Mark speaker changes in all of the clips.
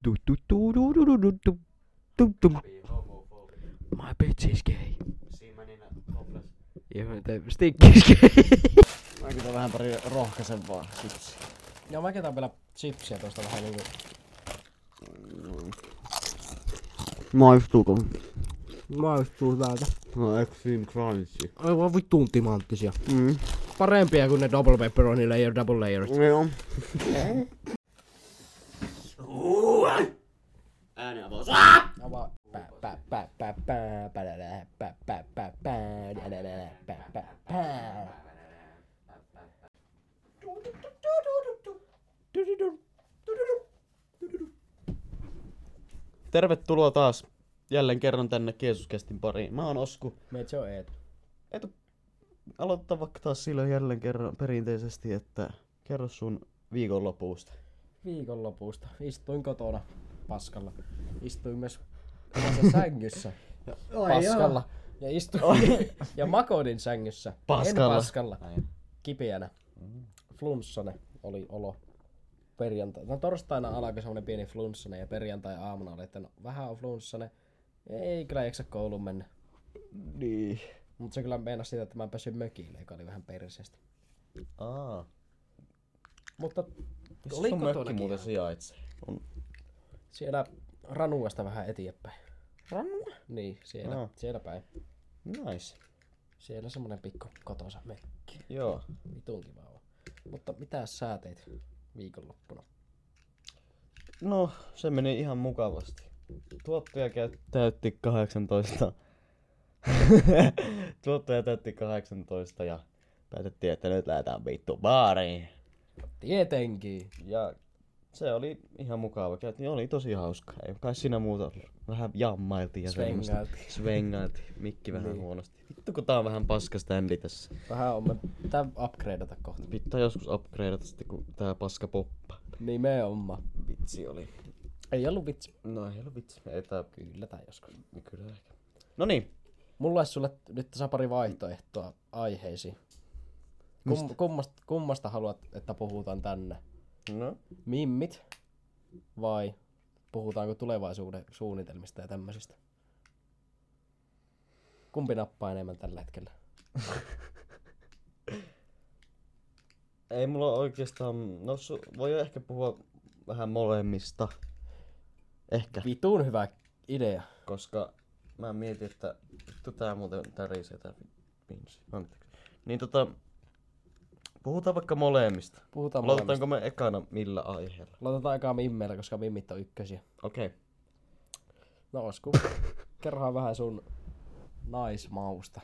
Speaker 1: Du, du, du, du, du, du, du, du, du, du. My bitch is gay.
Speaker 2: Simenina koplas.
Speaker 1: Jep, tai Stig is gay.
Speaker 3: Mä kitän vähän pari rohkaisempaa siksi.
Speaker 4: Joo, mä ketän vielä chipsiä tosta vähän niinku.
Speaker 3: Maistuuko?
Speaker 4: Maistuu täältä.
Speaker 3: No extreme crunchy.
Speaker 4: Aivan vittuun timanttisia.
Speaker 3: Mm.
Speaker 4: Parempia kuin ne double pepperoni layer double layers.
Speaker 3: Joo.
Speaker 2: Ääniavaus.
Speaker 4: Avaa. Pä, pä, pä, pä, pä, padadä, pä, pä, pä, pä, dadadä, pä, pä, pä.
Speaker 2: Tervetuloa taas jälleen kerran tänne Jeesuskästin pariin. Mä oon Osku.
Speaker 4: Metsä on Eetu.
Speaker 2: Aloitetaan vaikka taas silloin jälleen kerran perinteisesti, että kerro sun viikonlopusta.
Speaker 4: Viikonlopusta. Istuin kotona paskalla. Istuin myös omassa sängyssä paskalla. Ja istuin ja makoilin sängyssä.
Speaker 2: Paskalla.
Speaker 4: En paskalla.
Speaker 2: Näin.
Speaker 4: Kipeänä. Flunssane oli olo. Perjantai. No torstaina alkoi semmonen pieni flunssane ja perjantai aamuna oli, että no, vähän on flunssane. Ei kyllä jaksa kouluun mennä.
Speaker 2: Niin.
Speaker 4: Mutta se kyllä meinasi sitä, että mä pääsin mökille, joka oli vähän perseestä.
Speaker 2: Aa.
Speaker 4: Mutta
Speaker 2: Missä
Speaker 4: oli
Speaker 2: sun mökki
Speaker 4: kotonakin
Speaker 2: muuten
Speaker 4: ihan.
Speaker 2: sijaitsee? On.
Speaker 4: siellä Ranuasta vähän eteenpäin. Ranua? Niin, siellä,
Speaker 2: Aa.
Speaker 4: siellä päin.
Speaker 2: Nice.
Speaker 4: Siellä semmonen pikku kotonsa mekki.
Speaker 2: Joo.
Speaker 4: Vitun kiva on. Mutta mitä sä teit viikonloppuna?
Speaker 2: No, se meni ihan mukavasti. Tuottaja käy- täytti 18. Tuottaja täytti 18 ja päätettiin, että nyt lähdetään vittu baariin.
Speaker 4: Tietenkin.
Speaker 2: Ja se oli ihan mukava. Käytiin, oli tosi hauska. Ei kai siinä muuta ollut. Vähän jammailtiin ja semmoista.
Speaker 4: Svengailtiin.
Speaker 2: Svengailtiin. Mikki vähän
Speaker 4: Niin.
Speaker 2: huonosti. Vittu kun tää on vähän paska standi tässä.
Speaker 4: Vähän on me pitää upgradeata kohta.
Speaker 2: Pitää joskus upgradeata sitten kun tää paska poppa.
Speaker 4: Nimenomaan.
Speaker 2: Vitsi oli.
Speaker 4: Ei ollut vitsi.
Speaker 2: No ei ole vitsi. Ei tää
Speaker 4: Kyllä tai joskus.
Speaker 2: kyllä ehkä. No niin.
Speaker 4: Mulla olisi sulle nyt tässä pari vaihtoehtoa aiheisiin. Kum, kummasta, kummasta haluat, että puhutaan tänne?
Speaker 2: No.
Speaker 4: mimmit vai puhutaanko tulevaisuuden suunnitelmista ja tämmöisistä? Kumpi nappaa enemmän tällä hetkellä?
Speaker 2: Ei mulla oikeastaan, no su, voi ehkä puhua vähän molemmista. Ehkä,
Speaker 4: Vitun hyvä idea.
Speaker 2: koska mä mietin, että vittu tää muuten tärisee tää pinsi. Anteeksi. Niin tota, puhutaan vaikka molemmista.
Speaker 4: Puhutaan molemmista.
Speaker 2: Aloitetaanko me ekana millä aiheella?
Speaker 4: Aloitetaan aikaa mimmeillä, koska mimmit on ykkösiä.
Speaker 2: Okei. Okay.
Speaker 4: No Osku, kerrohan vähän sun naismausta.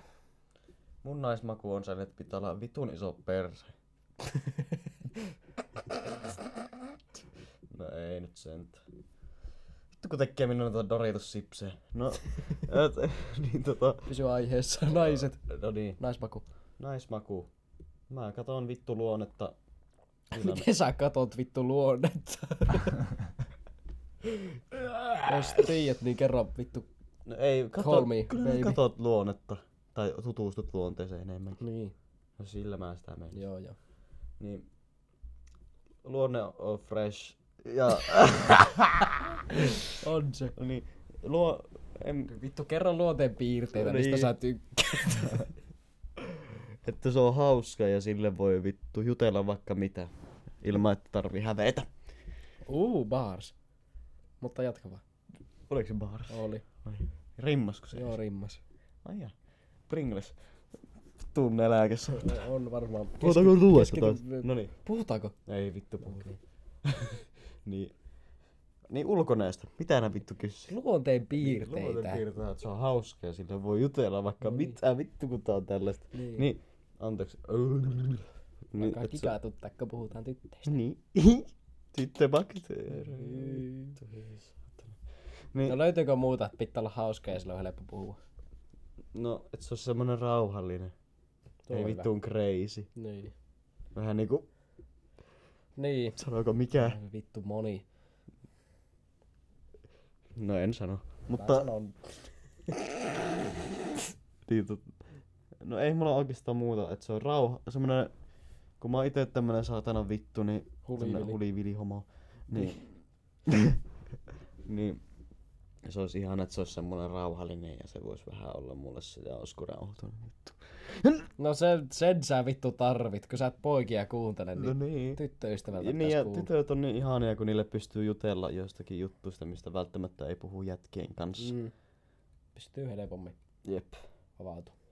Speaker 2: Mun naismaku on sen, että pitää olla vitun iso perse. no ei nyt sentään. Vittu kun tekee minun noita Doritos sipsejä. No, et, niin tota...
Speaker 4: Pysy aiheessa, naiset.
Speaker 2: No niin,
Speaker 4: Naismaku.
Speaker 2: naismaku. Mä katon vittu luonnetta. Tilanne.
Speaker 4: Miten sä katot vittu luonnetta? Jos tiedät, niin kerro vittu.
Speaker 2: No ei, kato,
Speaker 4: Call me,
Speaker 2: kyllä baby.
Speaker 4: baby.
Speaker 2: katot luonnetta. Tai tutustut luonteeseen enemmänkin.
Speaker 4: Niin,
Speaker 2: No sillä mä sitä menen.
Speaker 4: joo joo.
Speaker 2: Niin. Luonne on fresh. Ja
Speaker 4: On se.
Speaker 2: niin, luo... En,
Speaker 4: Vittu, kerro luonteen piirteitä, mistä
Speaker 2: Niin.
Speaker 4: sä tykkäät.
Speaker 2: että se on hauska ja sille voi vittu jutella vaikka mitä. Ilman, että tarvii hävetä.
Speaker 4: Uu, bars. Mutta jatka vaan.
Speaker 2: Oliko se baaras?
Speaker 4: No Oli.
Speaker 2: Ai, Rimmasko se?
Speaker 4: Joo, rimmas.
Speaker 2: Ai jaa. Pringles. Tunne lääkässä.
Speaker 4: No, on varmaan.
Speaker 2: Puhutaanko
Speaker 4: keski-
Speaker 2: luuesta
Speaker 4: keski-
Speaker 2: taas? No niin.
Speaker 4: Puhutaanko?
Speaker 2: Ei vittu puhuta. niin. Niin ulkonäöstä. Mitä nää vittu kysyy?
Speaker 4: Niin, Luonteen piirteitä.
Speaker 2: piirtää, että se on hauska ja sillä voi jutella vaikka mitä vittu kun tää on tällaista.
Speaker 4: Niin.
Speaker 2: No Niin. Anteeksi. Niin,
Speaker 4: Alkaa
Speaker 2: et se-
Speaker 4: kikatuttaa, kun puhutaan tytteistä.
Speaker 2: Niin. Sitten bakteeri.
Speaker 4: siis,
Speaker 2: Niin.
Speaker 4: No löytyykö muuta, että pitää olla hauska ja silloin on helppo puhua?
Speaker 2: No, et se on semmonen rauhallinen.
Speaker 4: Tuo
Speaker 2: Ei
Speaker 4: on hyvä.
Speaker 2: vittuun crazy.
Speaker 4: Niin.
Speaker 2: Vähän niinku,
Speaker 4: Niin.
Speaker 2: sanoiko mikä?
Speaker 4: Vittu moni.
Speaker 2: No en sano.
Speaker 4: Mä
Speaker 2: Mutta,
Speaker 4: sanon.
Speaker 2: niin, tot... no ei mulla oikeastaan muuta, että se on rauha, semmonen, kun mä oon ite tämmönen saatana vittu, niin
Speaker 4: Hulivili.
Speaker 2: hulivili homo, niin Niin. Ja se olisi ihana, että se olisi semmoinen rauhallinen ja se voisi vähän olla mulle sitä oskurauhoitunut juttu.
Speaker 4: No sen, sen sä vittu tarvit, kun sä et poikia kuuntele,
Speaker 2: No
Speaker 4: niin
Speaker 2: niin.
Speaker 4: tyttöystävältä
Speaker 2: Ja, niin,
Speaker 4: pitäis
Speaker 2: ja
Speaker 4: kuulla.
Speaker 2: tytöt on niin ihania, kun niille pystyy jutella jostakin juttuista, mistä välttämättä ei puhu jätkien kanssa.
Speaker 4: Mm. Pystyy helpommin
Speaker 2: Jep.
Speaker 4: avautumaan.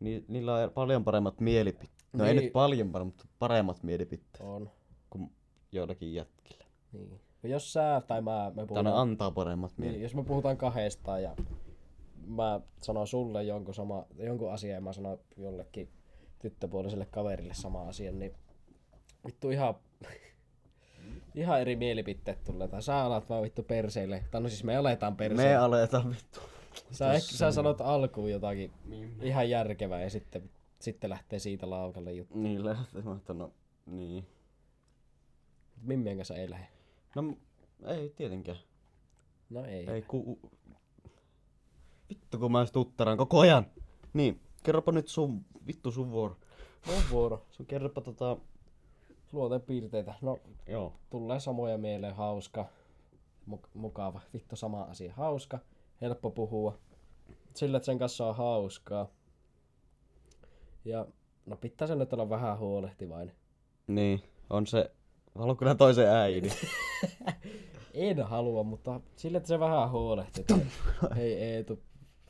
Speaker 2: Ni- niillä on paljon paremmat mielipiteet. No niin. ei
Speaker 4: Niin.
Speaker 2: nyt paljon paremmat, mutta paremmat mielipiteet
Speaker 4: On.
Speaker 2: kuin joillakin jätkillä.
Speaker 4: Niin. No jos sä tai mä, me
Speaker 2: Tai ne
Speaker 4: puhutaan,
Speaker 2: antaa paremmat
Speaker 4: niin,
Speaker 2: mielipiteet.
Speaker 4: jos me puhutaan kahdestaan ja mä sanon sulle jonkun, sama, jonkun asian ja mä sanon jollekin tyttöpuoliselle kaverille sama asia, niin vittu ihan, ihan eri mielipiteet tulee. Tai sä alat vaan vittu perseille. Tai no siis me Niin. aletaan
Speaker 2: Me
Speaker 4: perseille.
Speaker 2: aletaan vittu.
Speaker 4: Sä, ehkä, sä sanot alkuun jotakin ihan järkevää ja sitten, sitten lähtee siitä laukalle juttu.
Speaker 2: Niin lähtee. Mä ajattelin, no, niin.
Speaker 4: Mimmien kanssa ei lähde.
Speaker 2: No m- ei tietenkään.
Speaker 4: No ei.
Speaker 2: Ei ku... Vittu kun mä edes tuttaran koko ajan. Niin, kerropa nyt sun, vittu sun vuoro.
Speaker 4: On vuoro.
Speaker 2: Sun kerropa tota...
Speaker 4: Luotepiirteitä. No
Speaker 2: Joo.
Speaker 4: tulee samoja mieleen. Hauska. Muk- mukava. Vittu sama asia. Hauska. Helppo puhua. Sillä, että sen kanssa on hauskaa. Ja no pitää sen nyt olla vähän huolehtivainen.
Speaker 2: Niin, on se... Haluatko nää toisen äidin?
Speaker 4: En halua, mutta sillä, että se vähän huolehtitaan. Hei Eetu,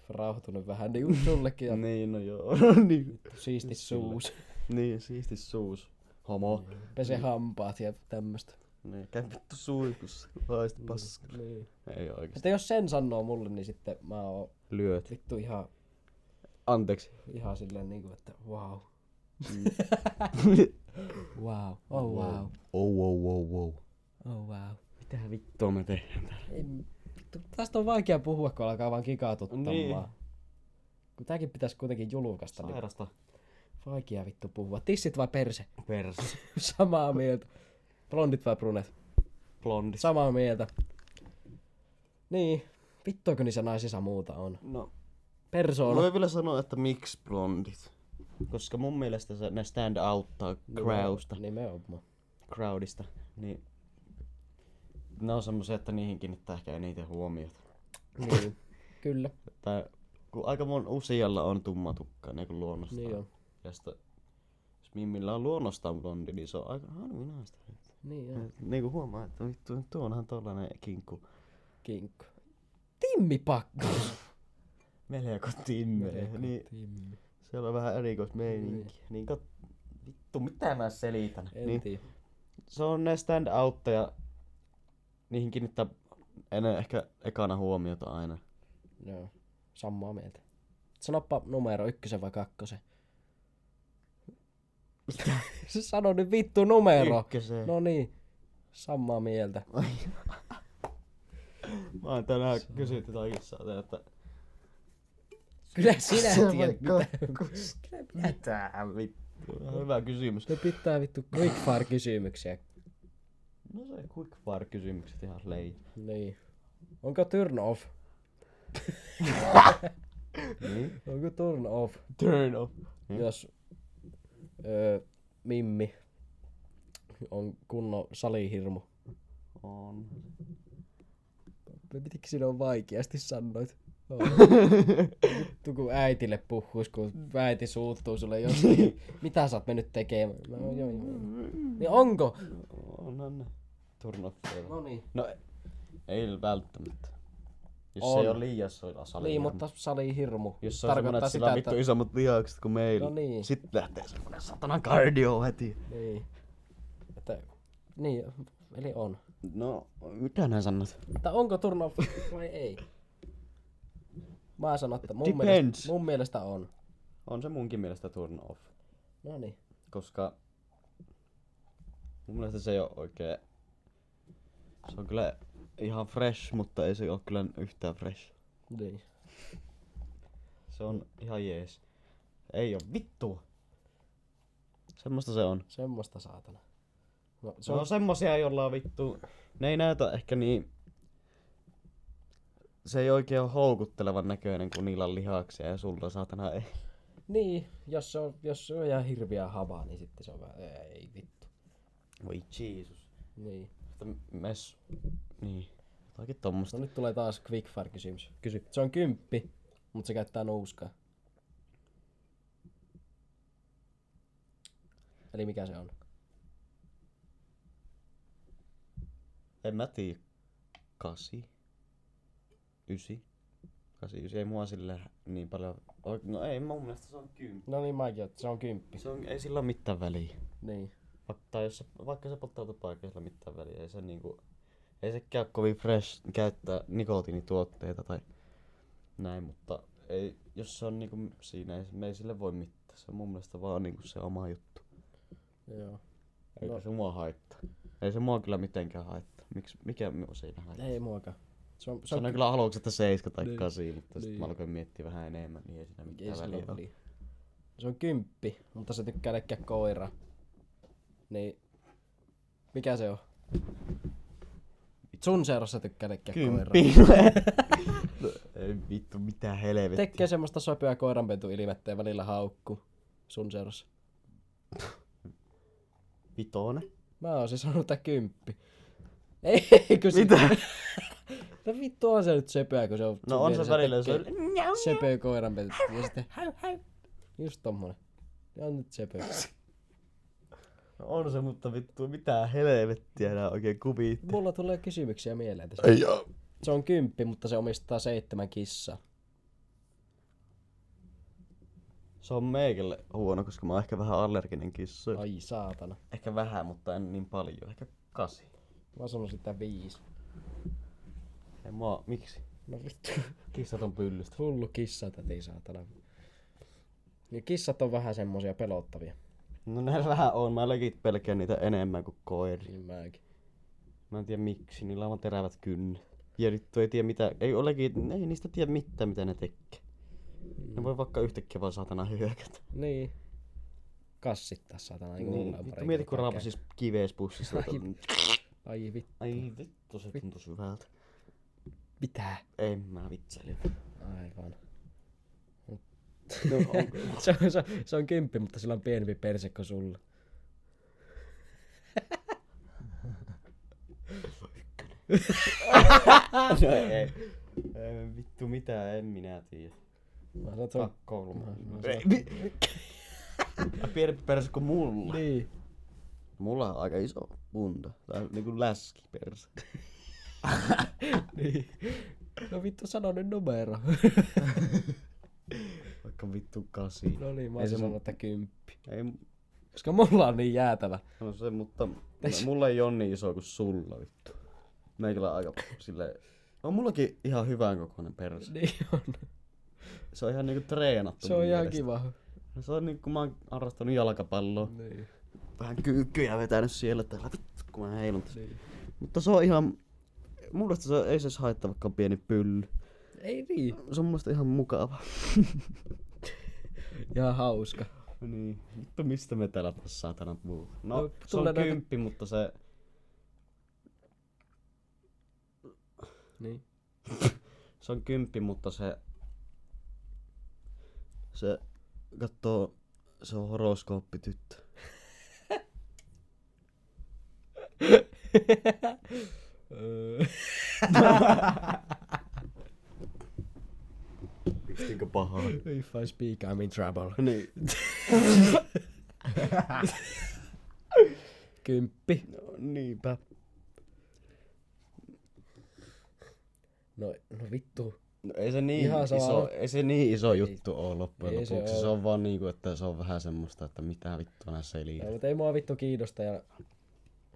Speaker 4: rauhoitunut vähän niin kuin sullekin. Ja
Speaker 2: niin, no joo. niin.
Speaker 4: siisti suus.
Speaker 2: niin, siisti suus. Homo.
Speaker 4: Pese hampaat ja tämmöstä.
Speaker 2: Niin, käy vittu suikussa. Haista paska.
Speaker 4: Niin.
Speaker 2: Ei oikeesti.
Speaker 4: Että jos sen sanoo mulle, niin sitten mä oon
Speaker 2: Lyöt.
Speaker 4: vittu ihan,
Speaker 2: Anteeksi.
Speaker 4: ihan silleen niinku, että wow. Mm. wow, oh wow,
Speaker 2: Oh, oh, oh, oh.
Speaker 4: oh wow.
Speaker 2: Mitä vittua me tehdään täällä?
Speaker 4: Ei, vittu, tästä on vaikea puhua, kun alkaa vaan kikaatuttamaan.
Speaker 2: Niin.
Speaker 4: Niin. Kun tääkin pitäisi kuitenkin julkaista, niin
Speaker 2: Sairasta.
Speaker 4: vaikea vittu puhua. Tissit vai perse?
Speaker 2: Persi.
Speaker 4: Samaa mieltä. Blondit vai brunet?
Speaker 2: Blondi.
Speaker 4: Samaa mieltä. Niin, vittuako niissä naisissa muuta on?
Speaker 2: No, Mä
Speaker 4: Persoona.
Speaker 2: voin No. vielä sanoa, että miksi blondit? Koska mun mielestä se, ne stand outtaa crowdista,
Speaker 4: Nimenomaan.
Speaker 2: crowdista, niin ne on semmoisia, että niihin kiinnittää ehkä eniten huomiota.
Speaker 4: Niin, kyllä.
Speaker 2: Tai kun aika mon usealla on tumma tukka, niin kuin luonnostaan.
Speaker 4: Niin on.
Speaker 2: Ja sitä, jos Mimmillä on luonnostaan blondi, niin se on aika harvinaista.
Speaker 4: Niin on.
Speaker 2: Niin kuin huomaa, että vittu, tuo onhan tollanen kinkku.
Speaker 4: Kinkku. Timmi Pakko.
Speaker 2: Niin, Melko timmele. Niin,
Speaker 4: Timmi.
Speaker 2: siellä on vähän erikoismeininki. Niin kat... Vittu, mitä mä selitän?
Speaker 4: En
Speaker 2: niin,
Speaker 4: tiedä.
Speaker 2: se on ne stand ja niihin kiinnittää ennen ehkä ekana huomiota aina.
Speaker 4: Joo. No, Samaa mieltä. Sanoppa numero ykkösen vai kakkosen. Se sano nyt vittu numero.
Speaker 2: Ykköseen.
Speaker 4: No niin. Samaa mieltä.
Speaker 2: Mä oon tänään kysynyt takissa, että Oh
Speaker 4: Kyllä sinä tiedät mitä.
Speaker 2: mitä vittu. Ihan Hyvä kysymys.
Speaker 4: Ne pitää vittu quickfire kysymyksiä.
Speaker 2: No se quick fire kysymykset ihan lei.
Speaker 4: Niin. Onko turn off?
Speaker 2: Niin.
Speaker 4: Onko turn off?
Speaker 2: Turn off.
Speaker 4: Mm. Jos öö, Mimmi on kunnon salihirmu.
Speaker 2: On.
Speaker 4: Pitikö sinä on vaikeasti sanoit? Vittu kun äitille puhuis, kun äiti suuttuu sulle jostain. Mitä sä oot mennyt tekemään? No, joo, joo, joo. Niin onko?
Speaker 2: Onhan ne. Turn off. eivät.
Speaker 4: No niin.
Speaker 2: No ei- ei välttämättä. Jos
Speaker 4: On.
Speaker 2: se ei ole liian soilla salilla.
Speaker 4: Niin, mutta salihirmu.
Speaker 2: Jos se on semmonen, että sillä on vittu isommat lihakset kuin meillä.
Speaker 4: No niin.
Speaker 2: Sitten lähtee semmonen satanan cardio heti.
Speaker 4: Niin. Että, niin, eli on.
Speaker 2: No, mitä nää sanot?
Speaker 4: Mutta onko turn off vai ei? Mä sanon, että mun,
Speaker 2: Depends.
Speaker 4: mielestä, mun mielestä on.
Speaker 2: On se munkin mielestä turn off,
Speaker 4: No niin.
Speaker 2: koska mun mielestä se ei oo oikee... Se on kyllä ihan fresh, mutta ei se oo kyllä yhtään fresh.
Speaker 4: Niin.
Speaker 2: Se on ihan jees. Ei oo vittua. Semmoista se on.
Speaker 4: Semmoista saatana. No,
Speaker 2: Se on semmosia, jolla on vittu... Ne ei näytä ehkä niin... Se ei oikein ole houkuttelevan näköinen, kun niillä on lihaksia ja sulla saatana ei.
Speaker 4: Niin, jos se on, jos se on ihan hirviä havaa, niin sitten se on vähän, ei vittu.
Speaker 2: Voi Jeesus.
Speaker 4: Niin.
Speaker 2: Että mes... Niin. Jotakin tommosta.
Speaker 4: No nyt tulee taas quickfire kysymys. Kysy. Se on kymppi, mutta se käyttää nouskaa. Eli mikä se on?
Speaker 2: En mä tiedä. Kasi. Ysi. Kasi, ysi. Ei mua sillä niin paljon... oik- No ei, mun mielestä se on kymppi.
Speaker 4: No niin mäkin, että se on kymppi.
Speaker 2: Se on, ei sillä ole mitään väliä.
Speaker 4: Niin.
Speaker 2: Vaikka, tai jos se, vaikka se polttaa tupakkaa, ei sillä ole mitään väliä. Ei se niinku... Ei se käy kovin fresh käyttää nikotiinituotteita tai näin, mutta ei, jos se on niinku siinä, ei, me ei sille voi mitään. Se on mun mielestä vaan niinku se oma juttu.
Speaker 4: Joo.
Speaker 2: Eikä
Speaker 4: No.
Speaker 2: se mua haittaa. Ei se mua kyllä mitenkään haittaa. Miks, mikä minua siinä haittaa?
Speaker 4: Ei muakaan. Se on, se on
Speaker 2: Sanoin kyllä aluksi, että 7 tai
Speaker 4: Niin.
Speaker 2: 8, mutta sitten
Speaker 4: Niin.
Speaker 2: mä alkoin miettiä vähän enemmän, niin ei siinä
Speaker 4: Ei
Speaker 2: mitään
Speaker 4: sillä
Speaker 2: väliä
Speaker 4: ole
Speaker 2: ole.
Speaker 4: väliä. Se on kymppi, mutta se tykkää leikkiä koira. Niin. Mikä se on? Sun seurassa tykkää leikkiä koira.
Speaker 2: Kymppi. No, ei vittu, mitä helvettiä.
Speaker 4: Tekee semmoista söpöä koiranpentu ilmettä ja välillä haukku. Sun seurassa.
Speaker 2: Vitonen.
Speaker 4: Mä oisin sanonut, että kymppi. Eikö se?
Speaker 2: Mitä?
Speaker 4: No vittu on se nyt söpöä, kun se on...
Speaker 2: No on se välillä, se
Speaker 4: tekee
Speaker 2: on...
Speaker 4: Söpöä koiranpentu. Ja sitten häy häy. Just tommonen. Ja on nyt söpöä.
Speaker 2: No on se, mutta vittu, mitä helvettiä nää oikein kuvitti.
Speaker 4: Mulla tulee kysymyksiä mieleen tässä.
Speaker 2: Ei oo.
Speaker 4: Se on kymppi, mutta se omistaa seitsemän kissaa.
Speaker 2: Se on meikälle huono, koska mä oon ehkä vähän allerginen kissa.
Speaker 4: Ai saatana.
Speaker 2: Ehkä vähän, mutta en niin paljon. Ehkä kasi.
Speaker 4: Mä sanon sitä viisi.
Speaker 2: Ei mua, miksi?
Speaker 4: No vittu.
Speaker 2: Kissat on pyllystä.
Speaker 4: Hullu kissatäti saatana. Ja kissat on vähän semmosia pelottavia.
Speaker 2: No näillä vähän on. Mä legit pelkään niitä enemmän kuin koiria.
Speaker 4: Niin mäkin.
Speaker 2: Mä en tiedä miksi, niillä on vaan terävät kynnet. Ja nyt ei tiedä mitä, ei olekin, ei niistä tiedä mitään mitä ne tekee. Ne voi vaikka yhtäkkiä vaan saatana hyökätä.
Speaker 4: Niin. Kassittaa saatana. Niin, kuin mulla on
Speaker 2: vittu,
Speaker 4: pari
Speaker 2: mieti kun
Speaker 4: kertaa
Speaker 2: raapasis kivees pussissa.
Speaker 4: Ai käynyt. Ai vit.
Speaker 2: Ai vittu, se tuntui syvältä.
Speaker 4: Mitä?
Speaker 2: En mä vitsaile.
Speaker 4: Aivan.
Speaker 2: No, onko?
Speaker 4: Se on, se, on, se on kymppi, mutta sillä on pienempi perse kuin sulla.
Speaker 2: no, ei. ei. vittu mitä, en minä tiedä.
Speaker 4: Mä sanon, että se on...
Speaker 2: Pakko ollut.
Speaker 4: mä
Speaker 2: Pienempi perse kuin mulla.
Speaker 4: Niin.
Speaker 2: Mulla on aika iso punta. Tai niinku läski perse.
Speaker 4: niin. No vittu, sano nyt numero.
Speaker 2: Vaikka vittu kasi.
Speaker 4: no niin, mä
Speaker 2: Ei
Speaker 4: olisin
Speaker 2: se-
Speaker 4: sanonut, että kymppi.
Speaker 2: Ei
Speaker 4: Koska mulla on niin jäätävä.
Speaker 2: No se, mutta mulla ei ole niin iso kuin sulla vittu. Meikällä on aika silleen... On mullakin ihan hyvän kokoinen perse.
Speaker 4: Niin on.
Speaker 2: Se on ihan niinku treenattu.
Speaker 4: Se on
Speaker 2: mun
Speaker 4: ihan
Speaker 2: mielestä.
Speaker 4: kiva.
Speaker 2: Se on niinku, kun mä oon harrastanut jalkapalloa.
Speaker 4: Niin.
Speaker 2: Vähän kyykkyjä vetänyt siellä täällä vittu, kun mä heilun tässä.
Speaker 4: niin.
Speaker 2: Mutta se on ihan... Mun mielestä se on- ei se edes haittaa, vaikka on pieni pylly.
Speaker 4: Ei niin.
Speaker 2: Se on mun mielestä ihan mukava.
Speaker 4: Ihan hauska.
Speaker 2: niin. Vittu, mistä me täällä taas saatana puhuu? No,
Speaker 4: No,
Speaker 2: se on
Speaker 4: tulee näitä-
Speaker 2: kymppi, mutta se...
Speaker 4: Niin.
Speaker 2: Se on kymppi, mutta se... Se kattoo... Se on horoskooppityttö.
Speaker 4: Öö.
Speaker 2: Pistinkö pahaa?
Speaker 4: If I speak, I'm in trouble.
Speaker 2: Niin.
Speaker 4: Kymppi.
Speaker 2: No, niinpä.
Speaker 4: No, no vittu.
Speaker 2: No, ei se niin
Speaker 4: Ihan sama.
Speaker 2: iso, ei se niin iso juttu oo loppujen
Speaker 4: Ei
Speaker 2: lopuksi.
Speaker 4: se
Speaker 2: Se,
Speaker 4: oo.
Speaker 2: on vaan niinku, että se on vähän semmoista, että mitä vittua nää
Speaker 4: Ja,
Speaker 2: selittää.
Speaker 4: mutta No, ei mua vittu kiinnosta. Ja...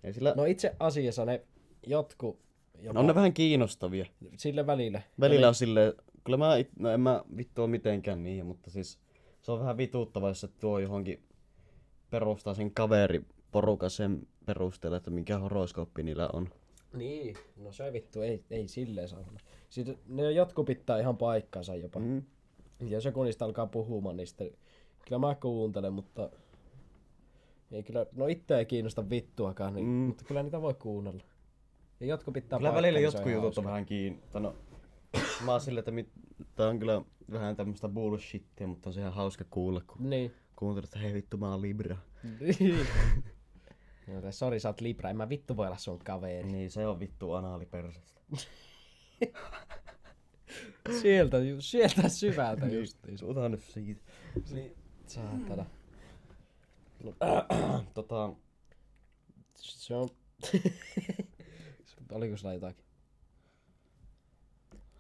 Speaker 2: Ei sillä...
Speaker 4: No itse asiassa ne jotku jopa No niin.
Speaker 2: on ne vähän kiinnostavia.
Speaker 4: sille välillä.
Speaker 2: Välillä on silleen, kyllä mä, it, no en mä vittu oo mitenkään niihin, mutta siis se on vähän vituuttava, jos se tuo johonkin, perustaa sen kaveri porukan sen perusteella, että mikä horoskooppi niillä on.
Speaker 4: Niin. No se vittu ei, ei silleen saa sanoa. Sitten ne jotku pitää ihan paikkansa jopa. Mm.
Speaker 2: Mm.
Speaker 4: Jos joku niistä alkaa puhumaan, niin sitten kyllä mä kuuntelen, mutta ei kyllä, no itse ei kiinnosta vittuakaan, niin,
Speaker 2: Mm.
Speaker 4: mm. mutta kyllä niitä voi kuunnella. Ja jotkut pitää
Speaker 2: Kyllä
Speaker 4: paikkansa,
Speaker 2: välillä
Speaker 4: niin se
Speaker 2: jotkut
Speaker 4: ihan
Speaker 2: jutut on
Speaker 4: hauska.
Speaker 2: vähän kiinni. tai No, mä oon silleen, että mit, tää on kyllä vähän tämmöstä bullshittia, mutta on se ihan hauska kuulla, kun
Speaker 4: Niin.
Speaker 2: kuuntelet, että hei vittu mä oon Libra.
Speaker 4: Niin. Joo, tai sori, sä oot Libra, en mä vittu voi olla sun kaveri.
Speaker 2: Niin se on vittu anaalipersestä.
Speaker 4: sieltä, ju- sieltä syvältä
Speaker 2: Niin.
Speaker 4: justiinsa.
Speaker 2: Ota nyt siitä.
Speaker 4: Niin. Saatana.
Speaker 2: Tota,
Speaker 4: Se on... Oliko sulla jotakin?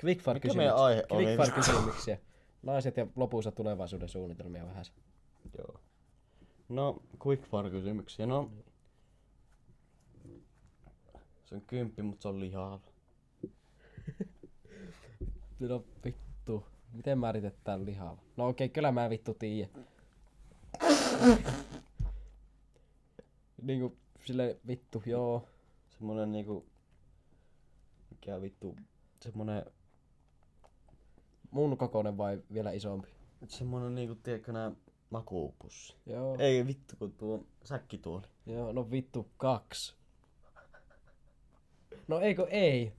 Speaker 4: Quickfire
Speaker 2: mikä meidän aihe oli?
Speaker 4: Quickfire kysymyksiä. Naiset ja lopuissa tulevaisuuden suunnitelmia vähän.
Speaker 2: Joo. No, quickfire kysymyksiä. No, se on kymppi, mutta se on lihava.
Speaker 4: No vittu. Miten määritetään lihava? No okei, okay, kyllä mä vittu tiiä. niinku sille vittu, joo.
Speaker 2: Semmonen niinku... Mikä vittu... Semmonen...
Speaker 4: Mun kokoinen vai vielä isompi?
Speaker 2: Semmonen niinku, tiedätkö nää makuupussi.
Speaker 4: Joo.
Speaker 2: Ei vittu, kun tuo säkki tuoli.
Speaker 4: Joo, no vittu kaksi. No eikö ei?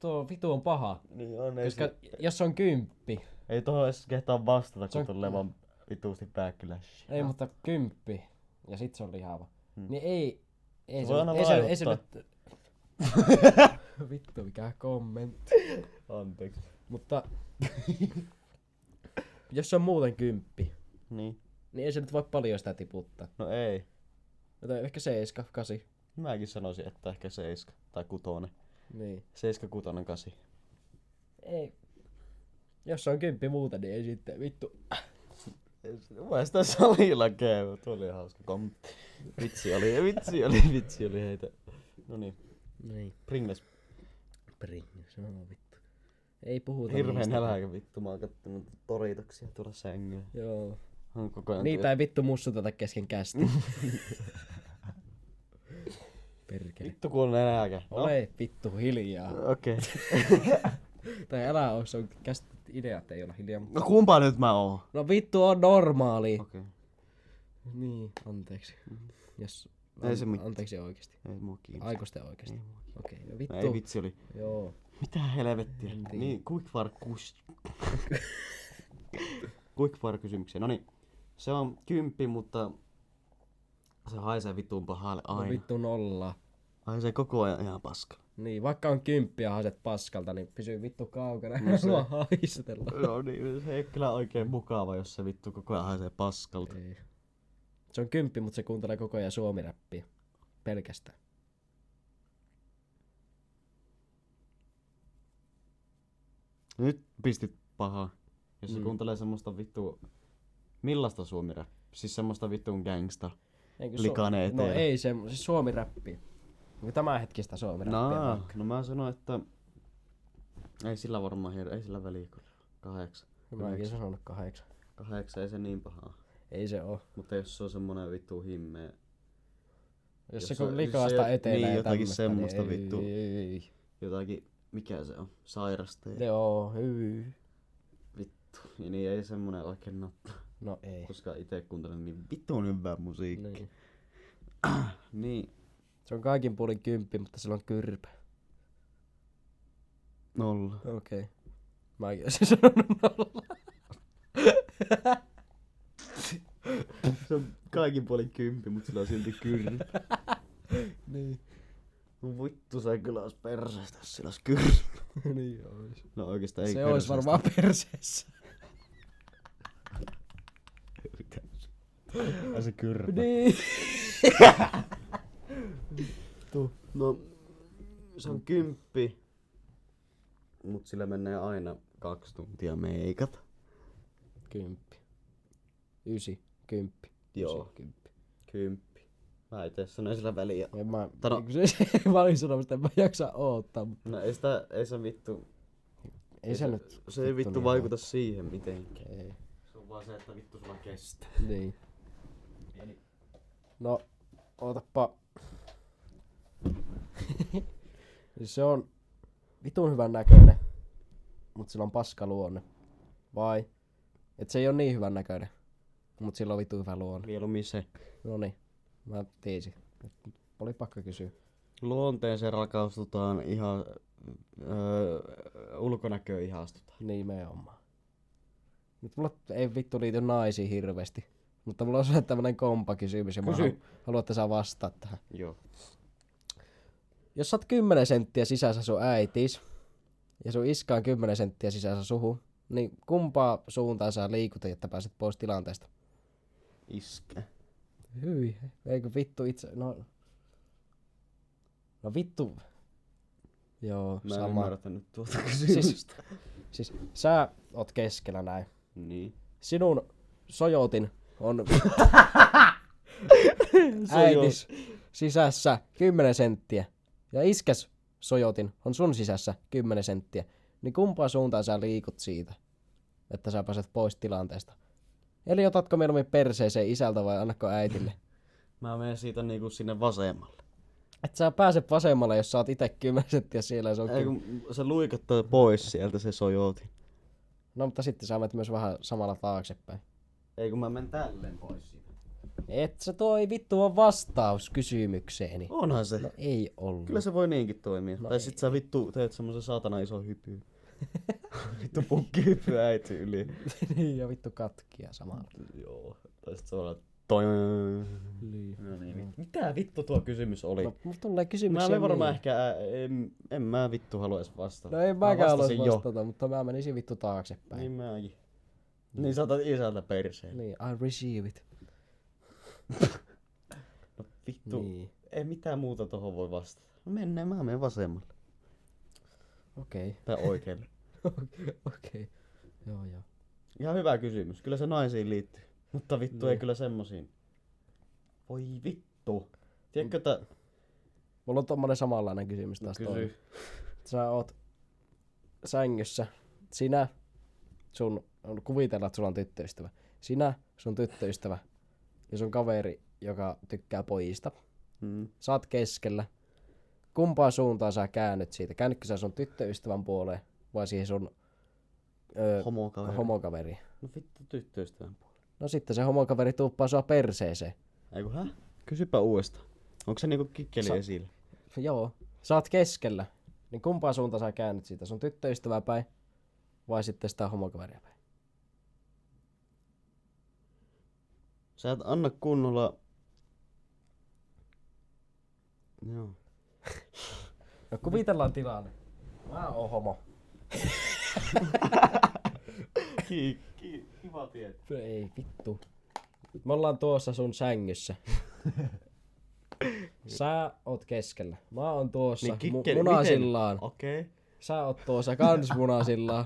Speaker 4: Tuo vitu on paha.
Speaker 2: Niin on, ei,
Speaker 4: Koska
Speaker 2: Koska...
Speaker 4: jos se on kymppi,
Speaker 2: ei tohon edes kehtaa vastata,
Speaker 4: Se on-
Speaker 2: kun tulee vaan vituusti backlash.
Speaker 4: ei mutta kymppi, ja sit se on lihava. Niin ei, ei
Speaker 2: Se
Speaker 4: se,
Speaker 2: voi
Speaker 4: nyt-
Speaker 2: aina
Speaker 4: ei se, ei se
Speaker 2: vaihottaa.
Speaker 4: nyt... vittu mikä kommentti.
Speaker 2: Anteeksi.
Speaker 4: Mutta jos se on muuten kymppi,
Speaker 2: Niin.
Speaker 4: niin ei se nyt voi paljon sitä tiputtaa.
Speaker 2: No ei.
Speaker 4: Joten ehkä 7, 8.
Speaker 2: Mäkin sanoisin, että ehkä 7 tai 6.
Speaker 4: Niin.
Speaker 2: 7, 6, 8.
Speaker 4: Ei. Jos se on kymppi muuten, niin ei sitten vittu.
Speaker 2: Mä sitä salilla käy. Tuo oli hauska kommentti. Vitsi oli, vitsi oli, vitsi oli heitä. No niin,
Speaker 4: Niin,
Speaker 2: Pringles.
Speaker 4: pringi, se on vittu. Ei puhuta
Speaker 2: Hirveen
Speaker 4: niistä.
Speaker 2: nälkä vittu. Mä oon kattonut toritoksia tuolla sängyllä.
Speaker 4: Joo.
Speaker 2: On koko ajan
Speaker 4: Niitä ei Niin, vittu mussuteta kesken kästi. Perkele.
Speaker 2: Vittu kun on nälkä. No.
Speaker 4: Ole vittu hiljaa.
Speaker 2: Okei.
Speaker 4: Tai älä oo, se on käst... Ideat ei olla hiljaa. mutta-
Speaker 2: No kumpa nyt mä oon?
Speaker 4: No vittu on normaali.
Speaker 2: Okei.
Speaker 4: Niin, anteeksi. Jos...
Speaker 2: Ei se mitään.
Speaker 4: anteeksi oikeesti.
Speaker 2: Ei mua kiinnosta.
Speaker 4: Aikuisten oikeesti. Okei, no vittu.
Speaker 2: Ei vitsi oli.
Speaker 4: Joo.
Speaker 2: Mitä helvettiä? Niin, quickfire kus... quickfire kysymyksiä. No niin. Se on kymppi, mutta se haisee vittuun pahalle
Speaker 4: No
Speaker 2: aina.
Speaker 4: vittu nolla.
Speaker 2: Haisee koko ajan ihan paska.
Speaker 4: Niin, vaikka on kymppiä haiset paskalta, niin pysy vittu kaukana. No se... Mua haistella.
Speaker 2: No niin, se ei ole kyllä oikein mukava, jos se vittu koko ajan haisee paskalta.
Speaker 4: Ei. Se on kymppi, mutta se kuuntelee koko ajan suomiräppiä. Pelkästään.
Speaker 2: Nyt pistit paha. Jos se kuuntelee semmoista vittu... Millaista suomira? Siis semmoista vittun gangsta.
Speaker 4: Eikö
Speaker 2: Likainen
Speaker 4: No
Speaker 2: eteen.
Speaker 4: ei se, siis suomiräppiä. Niin Tämä hetkistä suomiräppiä.
Speaker 2: No, no mä sanon, että... Ei sillä varmaan hir... Ei sillä väliä kyllä. Kahdeksan.
Speaker 4: Mä oonkin sanonut kahdeksan.
Speaker 2: Kahdeksan ei se niin pahaa.
Speaker 4: Ei se oo.
Speaker 2: Mutta jos se on semmonen vittu himmeä...
Speaker 4: Jos,
Speaker 2: Jos
Speaker 4: se
Speaker 2: se-
Speaker 4: kun
Speaker 2: jos se
Speaker 4: likaasta
Speaker 2: jo-
Speaker 4: etelää
Speaker 2: niin,
Speaker 4: ja
Speaker 2: jotakin
Speaker 4: tämmöstä,
Speaker 2: semmoista
Speaker 4: niin ei-
Speaker 2: vittu.
Speaker 4: Ei, ei, ei.
Speaker 2: Jotakin... Mikä se on? Sairaste. ja
Speaker 4: Joo, hyy.
Speaker 2: Vittu. Ja niin ei semmonen oikein natta.
Speaker 4: No ei.
Speaker 2: Koska itse kuuntelen niin vittuun hyvää musiikkia.
Speaker 4: Niin.
Speaker 2: Niin.
Speaker 4: Se on kaikin puolin kymppi, mutta sillä on kyrpä.
Speaker 2: Nolla.
Speaker 4: Okei. Okay. Mäkin olisin sanonut nolla.
Speaker 2: Se on kaikin puolin kympi, mutta sillä on silti kyrpä.
Speaker 4: niin.
Speaker 2: No vittu, se kyllä olisi perseestä, jos sillä olisi kyrpä.
Speaker 4: niin ois.
Speaker 2: No oikeastaan ei
Speaker 4: Se ois
Speaker 2: perseestä.
Speaker 4: varmaan perseessä.
Speaker 2: Ai se kyrpä.
Speaker 4: niin.
Speaker 2: No, se on kymppi. Mut sillä menee aina kaksi tuntia meikata.
Speaker 4: Kymppi. Ysi. Kymppi.
Speaker 2: Joo.
Speaker 4: Ysi, kymppi.
Speaker 2: Kymppi. Mä itse sanoin sillä väliä.
Speaker 4: En mä,
Speaker 2: Tano.
Speaker 4: mä olin sanomassa, että en mä jaksa oottaa, mutta
Speaker 2: No ei sitä, ei se vittu,
Speaker 4: ei se nyt.
Speaker 2: se ei vittu
Speaker 4: niin
Speaker 2: vaikuta siihen mitenkään.
Speaker 4: Ei.
Speaker 2: Se on vaan se, että vittu sulla kestää.
Speaker 4: Niin. No, ootappa. siis se on vitun hyvän näköinen, mutta sillä on paska luonne. Vai? Et se ei ole niin hyvän näköinen, mutta sillä on vitun hyvä luonne.
Speaker 2: Mieluummin se.
Speaker 4: No niin, mä tiesin. Nyt Oli pakko kysyä.
Speaker 2: Luonteeseen rakastutaan ihan, öö, ulkonäköön ihastutaan.
Speaker 4: Nimenomaan. Nyt mulla ei vittu liity naisiin hirveästi. Mutta mulla on sulle tämmönen komppakysymys ja mä
Speaker 2: Kysy.
Speaker 4: haluan, haluan, että saa vastaa tähän.
Speaker 2: Joo.
Speaker 4: Jos sä oot 10 senttiä sisässä sun äitis, ja sun iska on 10 senttiä sisässä suhu, niin kumpaa suuntaan saa liikuta, jotta pääset pois tilanteesta?
Speaker 2: Iskä.
Speaker 4: Hyi, eikö vittu itse, no... No vittu. Joo,
Speaker 2: Mä en
Speaker 4: sama.
Speaker 2: ymmärtänyt tuota kysymystä.
Speaker 4: Siis sä oot keskellä näin.
Speaker 2: niin.
Speaker 4: Sinun sojotin on
Speaker 2: Sojot.
Speaker 4: äitis sisässä 10 senttiä. Ja iskäs sojotin on sun sisässä 10 senttiä. Niin kumpaa suuntaan sä liikut siitä, että sä pääset pois tilanteesta? Eli otatko mieluummin perseeseen isältä vai annako äitille?
Speaker 2: Mä menen siitä niinku sinne vasemmalle.
Speaker 4: Et sä pääset vasemmalle, jos sä oot itse 10 senttiä siellä ja se on
Speaker 2: Ei
Speaker 4: ky-
Speaker 2: kun se luikottaa pois sieltä se sojoti.
Speaker 4: No mutta sitten sä menet myös vähän samalla taaksepäin.
Speaker 2: Ei kun mä menen tälleen pois siitä.
Speaker 4: Et sä toi vittu on vastaus kysymykseeni.
Speaker 2: Onhan se.
Speaker 4: No ei ollut.
Speaker 2: Kyllä se voi niinkin toimia.
Speaker 4: No
Speaker 2: No tai sit sä vittu teet semmosen saatana ison hypyn. vittu pukki hyppy äiti yli.
Speaker 4: niin, ja vittu katkia samalla.
Speaker 2: Joo. Tai sit samalla toi...
Speaker 4: Niin.
Speaker 2: No niin. Mitä vittu tuo kysymys oli?
Speaker 4: No, mulla tulee
Speaker 2: mä
Speaker 4: kysymyksiä.
Speaker 2: olin varmaan
Speaker 4: niin.
Speaker 2: ehkä... ää, En, en mä vittu haluais vastata.
Speaker 4: No ei
Speaker 2: Mä
Speaker 4: mäkään
Speaker 2: vastasin
Speaker 4: haluaisi vastata, mutta mä menisin vittu taaksepäin.
Speaker 2: Niin mäkin. Niin sä otat isältä perseen.
Speaker 4: Niin, I receive it.
Speaker 2: No vittu.
Speaker 4: Niin.
Speaker 2: Ei mitään muuta tohon voi vastata. No mennään, mä menen vasemmalle.
Speaker 4: Okei,
Speaker 2: Tai oikealle.
Speaker 4: okei. Joo, joo.
Speaker 2: Ihan hyvä kysymys. Kyllä se naisiin liittyy. Mutta vittu ei kyllä semmosiin. Voi vittu. Tiedätkö, että...
Speaker 4: Mulla on tommonen samanlainen kysymys taas toinen.
Speaker 2: No Kysy.
Speaker 4: sä oot sängyssä, sinä, sun, on- kuvitellaan, että sulla on tyttöystävä. Sinä, sun tyttöystävä ja sun kaveri, joka tykkää pojista.
Speaker 2: Mm.
Speaker 4: Sä oot keskellä. Kumpaan suuntaan sä käännyt siitä? Käännytkö sä sun tyttöystävän puoleen vai siihen sun ö,
Speaker 2: Homokaveri.
Speaker 4: homokaveriin?
Speaker 2: no vittu tyttöystävän puolella.
Speaker 4: No sitten se homokaveri tuuppaa sua perseeseen.
Speaker 2: Eiku hä? Kysypä uudestaan. Onko se niinku kikkeli
Speaker 4: Sa-
Speaker 2: esillä?
Speaker 4: Joo. Sä oot keskellä. Niin kumpaan suuntaan sä käännyt siitä? Sun tyttöystävää päin vai sitten sitä homokaveria päin?
Speaker 2: Sä et anna kunnolla... Joo.
Speaker 4: No kuvitellaan tilanne. Mä oon homo.
Speaker 2: Kiikki. Kiva tietää.
Speaker 4: No Ei vittu. Me ollaan tuossa sun sängyssä. Sä oot keskellä. Mä oon tuossa
Speaker 2: Niin
Speaker 4: niin,
Speaker 2: kikkeli,
Speaker 4: munasillaan. Miten?
Speaker 2: Okei. Okay.
Speaker 4: Sä oot tuossa kans munasillaan.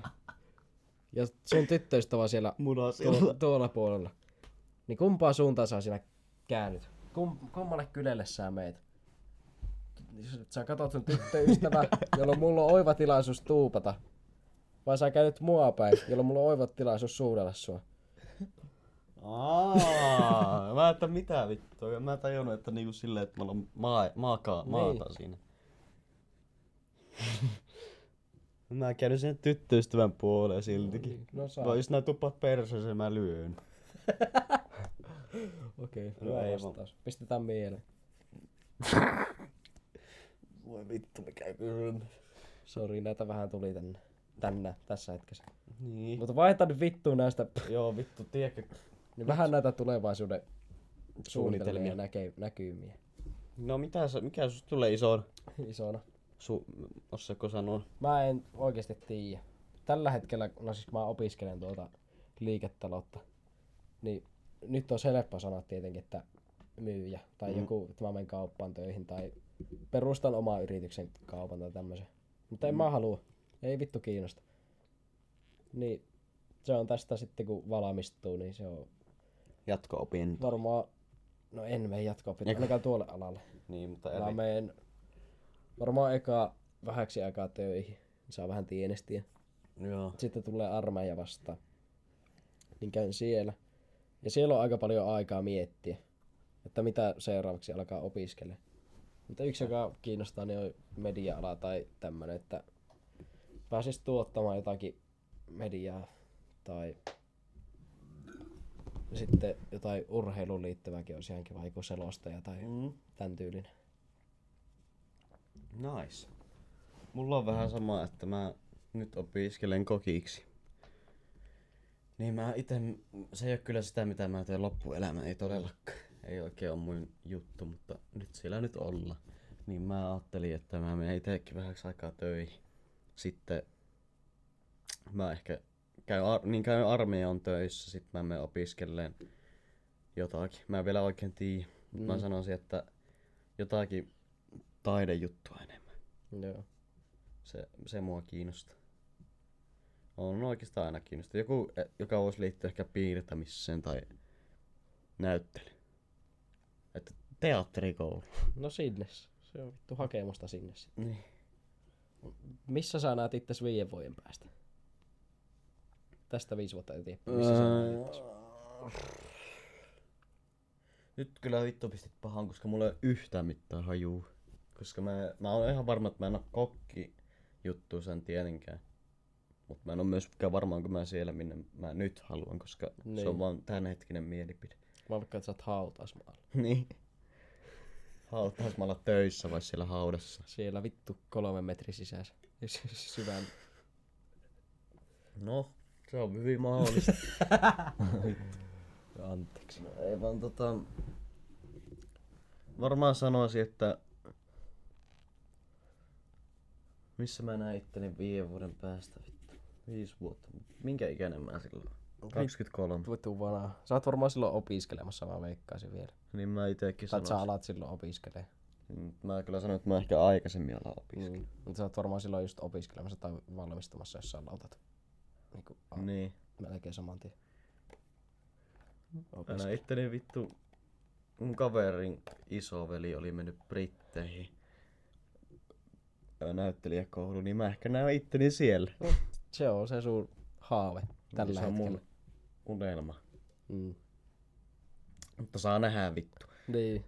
Speaker 4: Ja sun tyttöystävä siellä tuolla,
Speaker 2: Munasilla.
Speaker 4: tuolla puolella. Niin kumpaa suuntaan sä sinä käännyt? Kum, kummalle kylelle sä meet? Sä katot sun tyttöystävä, jolloin mulla on oiva tilaisuus tuupata. Vai sä käynyt mua päin, jolloin mulla on oiva tilaisuus suudella sua.
Speaker 2: Aa, mä että mitä vittua. Mä en tajunnut, että niinku silleen, että mä olen maa, maakaa, maata
Speaker 4: Niin.
Speaker 2: siinä. mä käyn sen tyttöystävän puoleen siltikin.
Speaker 4: No saa.
Speaker 2: Vai jos nää tuppat perseeseen, mä lyön.
Speaker 4: Okei, okay,
Speaker 2: hyvä
Speaker 4: hyvä
Speaker 2: aivan.
Speaker 4: vastaus. Pistetään mieleen.
Speaker 2: Voi vittu, mikä kysymys.
Speaker 4: Sori, näitä vähän tuli tänne. Tänne, tässä hetkessä.
Speaker 2: Niin.
Speaker 4: Mutta vaihtaa nyt vittuun näistä.
Speaker 2: Joo, vittu, tiedätkö?
Speaker 4: Niin vähän näitä tulevaisuuden suunnitelmia
Speaker 2: Suunnitelmia.
Speaker 4: ja näke- näkymiä.
Speaker 2: No mitä sä, mikä susta tulee isoon?
Speaker 4: Isona.
Speaker 2: Su, osaako sanoa?
Speaker 4: Mä en oikeasti tiedä. Tällä hetkellä, no siis mä opiskelen tuota liiketaloutta, niin nyt on helppo sanoa tietenkin, että myyjä tai mm. joku, että mä menen kauppaan töihin tai perustan oman yrityksen kaupan tai tämmöisen. Mutta en mä halua. Ei vittu kiinnosta. Niin se on tästä sitten kun valmistuu, niin se on
Speaker 2: Jatko-opin.
Speaker 4: varmaan, no en mene jatkoa pitää, ainakaan tuolle alalle.
Speaker 2: Niin, mutta
Speaker 4: Mä
Speaker 2: eri.
Speaker 4: menen varmaan eka vähäksi aikaa töihin. niin Saa vähän tienestiä.
Speaker 2: Joo.
Speaker 4: Sitten tulee armeija vastaan. Niin käyn siellä. Ja siellä on aika paljon aikaa miettiä, että mitä seuraavaksi alkaa opiskella. Mutta yksi, joka kiinnostaa, niin on media-ala tai tämmönen, että pääsis tuottamaan jotakin mediaa tai sitten jotain urheiluun liittyvääkin olisi ihan kiva, joku selostaja tai
Speaker 2: Mm.
Speaker 4: tämän tyylinen.
Speaker 2: Nice. Mulla on vähän sama, että mä nyt opiskelen kokiksi. Niin mä ite, se ei ole kyllä sitä mitä mä teen loppuelämä, ei todellakaan. Ei oikein ole mun juttu, mutta nyt siellä nyt olla. Niin mä ajattelin, että mä menen itekin vähäksi aikaa töihin. Sitten Mä ehkä käyn, ar- niin käyn armeijan töissä, sit mä menen opiskelleen jotakin. Mä en vielä oikein tiedä, mutta mm. mä sanoisin, että jotakin taidejuttua enemmän.
Speaker 4: Joo.
Speaker 2: Se, se mua kiinnostaa. On oikeastaan aina kiinnostaa. Joku, eh, joka voisi liittyä ehkä piirtämiseen tai näyttelyyn. Että teatterikoulu.
Speaker 4: No sinne. s- Se on vittu hakemusta sinne sitten.
Speaker 2: Niin.
Speaker 4: Missä sä näet itse viiden vuoden päästä? Tästä viisi vuotta eteenpäin. Missä sä näet itses?
Speaker 2: Nyt kyllä vittu pistit pahan, koska mulla ei ole yhtään mitään hajuu. Koska mä, mä oon ihan varma, että mä en oo kokki juttu sen tietenkään. Mut mä en oo myöskään varma, onko mä siellä, minne mä nyt haluan, koska niin. se
Speaker 4: Niin.
Speaker 2: on vaan tämänhetkinen mielipide.
Speaker 4: Mä vaikka, että sä oot hautausmaalla.
Speaker 2: niin. Haluaisin mä olla töissä vai siellä haudassa.
Speaker 4: Siellä vittu kolme metri sisässä. Syvän.
Speaker 2: No, se on hyvin mahdollista.
Speaker 4: Anteeksi.
Speaker 2: No ei vaan tota... Varmaan sanoisin, että... Missä mä näen itteni viiden vuoden päästä vittu? Viisi vuotta. Minkä ikäinen mä silloin? 23.
Speaker 4: Vittu vanha. Sä oot varmaan silloin opiskelemassa, mä veikkaisin vielä.
Speaker 2: Niin mä itekin
Speaker 4: Tai että sä
Speaker 2: sanoisin.
Speaker 4: alat silloin opiskelemaan.
Speaker 2: Mm, Mä kyllä sanoin, että mä ehkä aikaisemmin alan opiskella.
Speaker 4: Mm. Mutta sä oot varmaan silloin just opiskelemassa tai valmistumassa, jos sä aloitat. Niin kuin,
Speaker 2: Mm.
Speaker 4: mm.
Speaker 2: Niin.
Speaker 4: melkein saman tien.
Speaker 2: Mä näin itteni vittu... Mun kaverin isoveli oli mennyt Britteihin ö, näyttelijäkouluun, niin mä ehkä näen itteni siellä. Niin
Speaker 4: Se on se sun haave tällä
Speaker 2: se on
Speaker 4: hetkellä.
Speaker 2: mun unelma.
Speaker 4: Mm.
Speaker 2: Mutta saa nähdä vittu.
Speaker 4: Niin.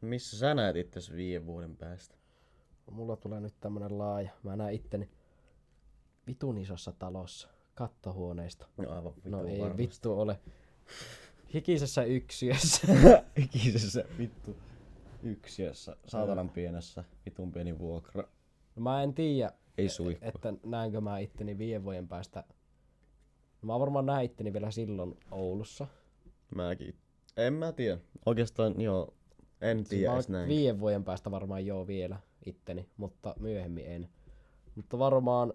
Speaker 2: Missä sä näet itse viiden vuoden päästä?
Speaker 4: Mulla tulee nyt tämmönen laaja. Mä näen itteni vitun isossa talossa, kattohuoneesta.
Speaker 2: No aivan vittu
Speaker 4: No ei
Speaker 2: varmasti.
Speaker 4: vittu ole. Hikisessä yksiössä.
Speaker 2: Ikisessä vittu yksiössä, saatanan pienessä, vitun pieni vuokra.
Speaker 4: No mä en tiedä,
Speaker 2: Ei suihku.
Speaker 4: että näenkö mä itteni viiden vuoden päästä. No mä varmaan näen itteni vielä silloin Oulussa.
Speaker 2: Mäkin. En mä tiedä. Oikeastaan joo, en
Speaker 4: Siis
Speaker 2: tiedä
Speaker 4: mä
Speaker 2: edes
Speaker 4: oon
Speaker 2: näin.
Speaker 4: viiden vuoden päästä varmaan joo vielä itteni, mutta myöhemmin en. Mutta varmaan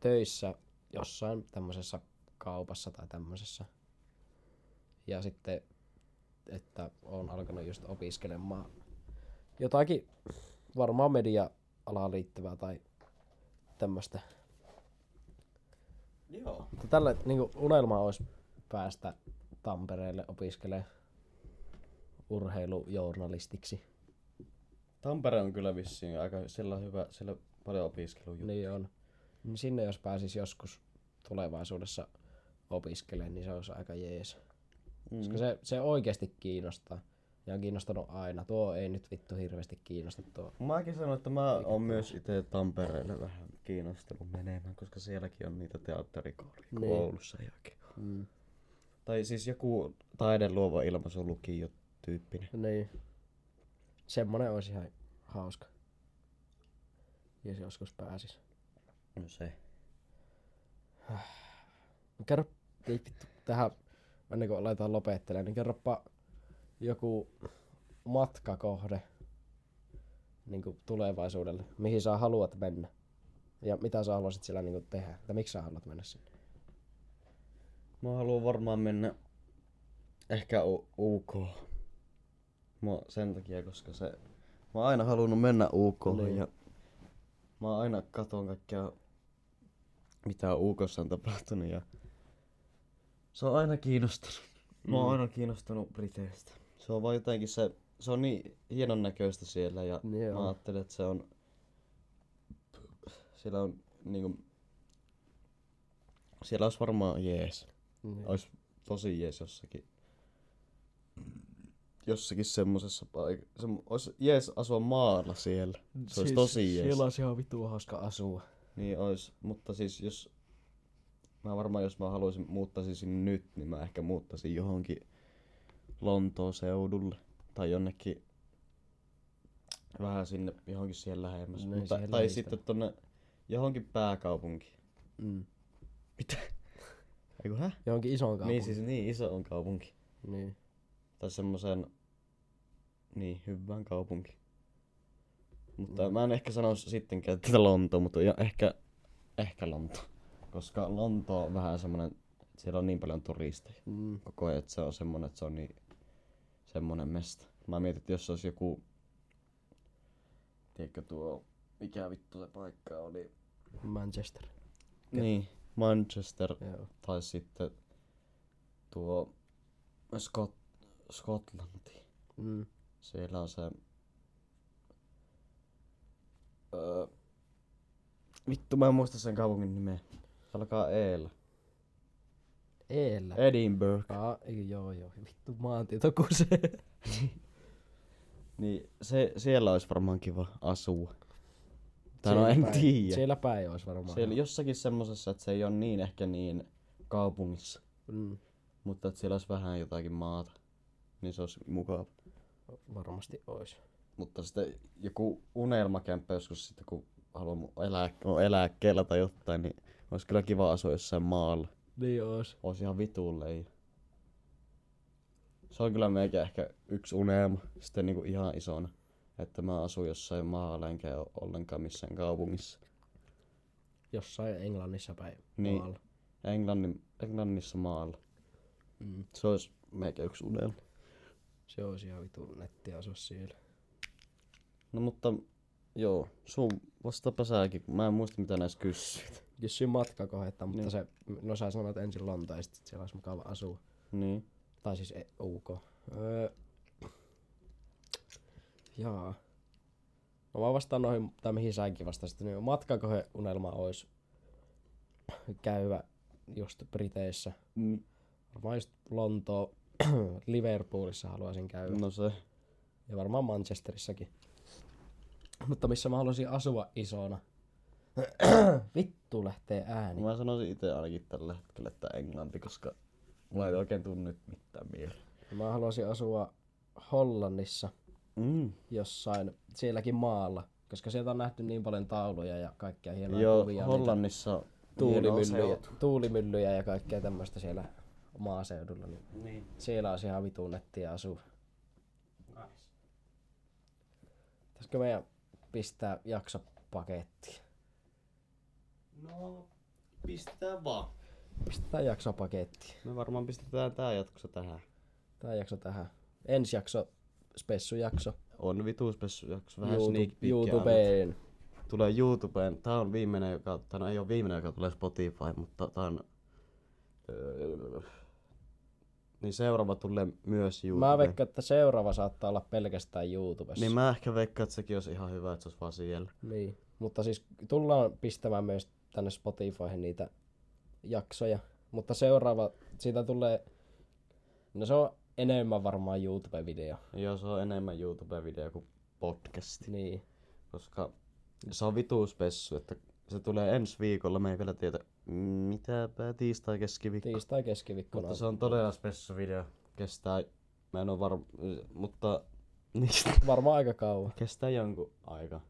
Speaker 4: töissä jossain tämmöisessä kaupassa tai tämmöisessä. Ja sitten, että on alkanut just opiskelemaan jotakin varmaan media-alaan liittyvää tai tämmöistä.
Speaker 2: Joo.
Speaker 4: Mutta tällä niin unelma olisi päästä Tampereelle opiskelemaan urheilujournalistiksi.
Speaker 2: Tampere on kyllä vissiin aika, siellä on hyvä, siellä on paljon opiskelujuttuja.
Speaker 4: Niin on. Niin Sinne jos pääsis joskus tulevaisuudessa opiskelemaan, niin se olisi aika jees. Mm. Koska se, se oikeasti kiinnostaa. Ja on kiinnostanut aina. Tuo ei nyt vittu hirveästi kiinnosta tuo.
Speaker 2: Mäkin sanon, että mä oon myös itse Tampereelle vähän kiinnostunut menemään, koska sielläkin on niitä teatterikouluja niin. koulussa jokin.
Speaker 4: Mm.
Speaker 2: Tai siis joku taideluova ilmaisu lukio tyyppinen.
Speaker 4: Niin. Semmonen olisi ihan hauska. Jos joskus pääsis.
Speaker 2: No se.
Speaker 4: Kerro, ei vittu, tähän, ennen kuin aletaan lopettelemaan, niin kerropa joku matkakohde niin kuin tulevaisuudelle, mihin sä haluat mennä. Ja mitä sä haluaisit siellä niin kuin tehdä, tai miksi sä haluat mennä sinne.
Speaker 2: Mä haluan varmaan mennä ehkä U- UK. Mä sen takia, koska se... Mä oon aina halunnut mennä UK
Speaker 4: Niin.
Speaker 2: ja mä oon aina katon kaikkea mitä UKssa on tapahtunut ja se on aina kiinnostanut. Mä oon aina kiinnostunut Briteistä. Se on vaan jotenkin se, se on niin hienon näköistä siellä ja
Speaker 4: Niin
Speaker 2: mä
Speaker 4: on.
Speaker 2: ajattelin, että se on, siellä on niinku, siellä olisi varmaan jees.
Speaker 4: Niin.
Speaker 2: Ois tosi jees jossakin. Jossakin semmosessa paikassa. Semmo- ois jees asua maalla siellä. Se ois tosi jees.
Speaker 4: Siis Siellä olisi ihan vittu hauska asua.
Speaker 2: Niin ois. Mutta siis jos... Mä varmaan jos mä haluaisin muuttaisin sinne nyt, niin mä ehkä muuttaisin johonkin Lontoon seudulle. Tai jonnekin vähän sinne johonkin siellä lähemmäs.
Speaker 4: Niin,
Speaker 2: Mutta,
Speaker 4: siihen
Speaker 2: tai
Speaker 4: lähistölle.
Speaker 2: sitten tonne johonkin pääkaupunkiin.
Speaker 4: Mm.
Speaker 2: Mitä? Eiku häh?
Speaker 4: Johonkin isoon kaupunkiin.
Speaker 2: Niin siis niin iso on kaupunki.
Speaker 4: Niin.
Speaker 2: tai semmoisen niin hyvään kaupunki. Mutta mm. mä en ehkä sano sittenkään tätä Lontoa, mutta ja ehkä ehkä Lonto. Koska Lonto on vähän semmonen, että siellä on niin paljon turisteja
Speaker 4: Mm.
Speaker 2: koko ajan, että se on semmonen, että se on niin semmonen mesta. Mä mietin, että jos se olisi joku, tiedätkö tuo, mikä vittu se paikka oli.
Speaker 4: Manchester.
Speaker 2: Niin, Manchester
Speaker 4: Joo.
Speaker 2: tai sitten tuo Skot, Skotlanti.
Speaker 4: Mm.
Speaker 2: Siellä on se... Öö, vittu, mä en muista sen kaupungin nimeä. Se alkaa Eellä.
Speaker 4: Eellä.
Speaker 2: Edinburgh.
Speaker 4: Aa, ei, joo, joo. Vittu maantietokuse.
Speaker 2: Niin, se, siellä olisi varmaan kiva asua. Tai no en tiedä. Siellä,
Speaker 4: Siellä päin olisi varmaan.
Speaker 2: siellä jossakin semmosessa, että se ei ole niin ehkä niin kaupungissa.
Speaker 4: Mm.
Speaker 2: Mutta että siellä olisi vähän jotakin maata. Niin se olisi mukava.
Speaker 4: Varmasti olisi.
Speaker 2: Mutta sitten joku unelmakämppä joskus sitten, kun haluan mun elää, on eläkkeellä tai jotain, niin olisi kyllä kiva asua jossain maalla.
Speaker 4: Niin olisi.
Speaker 2: Olisi ihan vitulle. ei. Se on kyllä meikä ehkä yksi unelma sitten niinku ihan isona. Että mä asun jossain maalla enkä ole ollenkaan missään kaupungissa.
Speaker 4: Jossain Englannissa päin
Speaker 2: Niin.
Speaker 4: maalla.
Speaker 2: Englannin, Englannissa maalla.
Speaker 4: Mm.
Speaker 2: Se olisi meikä yksi unelma.
Speaker 4: Se olisi ihan vitu netti asua siellä.
Speaker 2: No mutta joo, sun vastaapa säkin, kun mä en muista mitä näissä kysyit.
Speaker 4: Kysyin matkakohdetta, mutta
Speaker 2: Niin.
Speaker 4: se, no sä sanoit ensin Lontoa ja sitten siellä olisi mukava asua.
Speaker 2: Niin.
Speaker 4: Tai siis e- UK. Öö. Jaa. No mä vastaan noihin, tai mihin säkin vastasit, niin matkakoheunelma olisi käyvä just Briteissä.
Speaker 2: Mm,
Speaker 4: Varmaan just Lontoa, Liverpoolissa haluaisin käydä.
Speaker 2: No se.
Speaker 4: Ja varmaan Manchesterissakin. Mutta missä mä haluaisin asua isona. Vittu lähtee ääni.
Speaker 2: Mä sanoisin itse ainakin tällä hetkellä, että englanti, koska mulla ei oikein tunnu nyt mitään mieleen.
Speaker 4: Mä haluaisin asua Hollannissa
Speaker 2: Mm.
Speaker 4: jossain sielläkin maalla. Koska sieltä on nähty niin paljon tauluja ja kaikkia hienoja
Speaker 2: Joo,
Speaker 4: kuvia. niitä
Speaker 2: Hollannissa
Speaker 4: tuulimyllyjä, tuulimyllyjä ja kaikkea tämmöistä siellä maaseudulla. Niin
Speaker 2: Niin.
Speaker 4: siellä olisi ihan vitun nettiä asua. Pitäisikö meidän pistää jakso pakettiin?
Speaker 2: No, pistää vaan.
Speaker 4: Pistetään jakso pakettiin.
Speaker 2: Me varmaan pistetään tää jatkossa tähän.
Speaker 4: Tämä jakso tähän. Ensi jakso, spessujakso.
Speaker 2: On vituuspessu jakso, vähän
Speaker 4: YouTube-
Speaker 2: sneak peekia annetaan.
Speaker 4: YouTubeen.
Speaker 2: Tulee YouTubeen. Tää on viimeinen, joka, tää no ei oo viimeinen, joka tulee Spotify, mutta tää on... Öö, niin seuraava tulee myös YouTubeen.
Speaker 4: Mä veikkaan, että seuraava saattaa olla pelkästään YouTubessa.
Speaker 2: Niin mä ehkä veikkaan, että sekin olisi ihan hyvä, että se olisi vaan siellä.
Speaker 4: Niin. Mutta siis tullaan pistämään myös tänne Spotifyhin niitä jaksoja. Mutta seuraava, siitä tulee, no se on enemmän varmaan YouTube-video.
Speaker 2: Joo, se on enemmän YouTube-video kuin podcasti,
Speaker 4: Niin.
Speaker 2: koska se on vituuspessu, että se tulee ensi viikolla, me ei vielä tiedä mitäpä tiistai keskiviikko. Tiistai,
Speaker 4: Tiistai keskiviikkona.
Speaker 2: mutta se on todella spessu video, kestää, mä en oo varma, mutta niin,
Speaker 4: Varmaan aika kauan.
Speaker 2: kestää jonkun aika,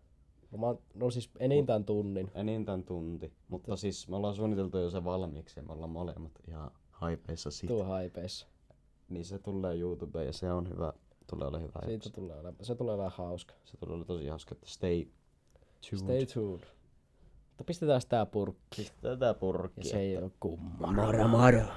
Speaker 4: Varmaan, no siis enintään tunnin.
Speaker 2: enintään tunti, mutta siis me ollaan suunniteltu jo se valmiiksi ja me ollaan molemmat ihan haipeissa siitä.
Speaker 4: Tuo haipeissa.
Speaker 2: Niin se tulee YouTubeen ja se on hyvä, tulee olla hyvä
Speaker 4: Siitä
Speaker 2: jakso.
Speaker 4: tulee olemaan, se tulee olemaan hauska.
Speaker 2: Se tulee olla tosi hauska, että stay tuned.
Speaker 4: Stay tuned. Mutta pistetään tää purkki.
Speaker 2: Pistää tää purkki.
Speaker 4: Ja se ei oo kumma.
Speaker 2: Moro moro.